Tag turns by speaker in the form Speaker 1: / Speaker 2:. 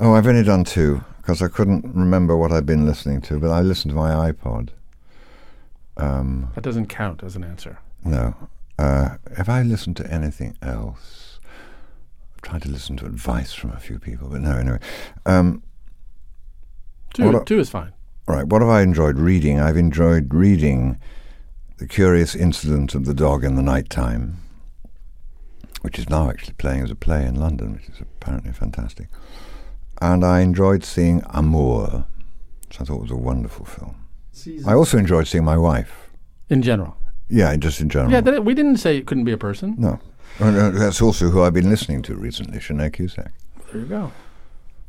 Speaker 1: Oh, I've only done two because I couldn't remember what I'd been listening to, but I listened to my iPod. Um,
Speaker 2: That doesn't count as an answer.
Speaker 1: no. Uh, have I listened to anything else? I've tried to listen to advice from a few people, but no, anyway. Um,
Speaker 2: Two,
Speaker 1: Well, uh,
Speaker 2: two is fine.
Speaker 1: all right, what have I enjoyed reading? I've enjoyed reading The Curious Incident of the Dog in the Nighttime, which is now actually playing as a play in London, which is apparently fantastic. And I enjoyed seeing Amour, which I thought was a wonderful film. I also enjoyed seeing my wife.
Speaker 2: In general.
Speaker 1: Yeah, just in general.
Speaker 2: Yeah, that, we didn't say it couldn't be a person.
Speaker 1: no. Oh, no, That's also who I've been listening to recently, Sinead Cusack.
Speaker 2: There you go.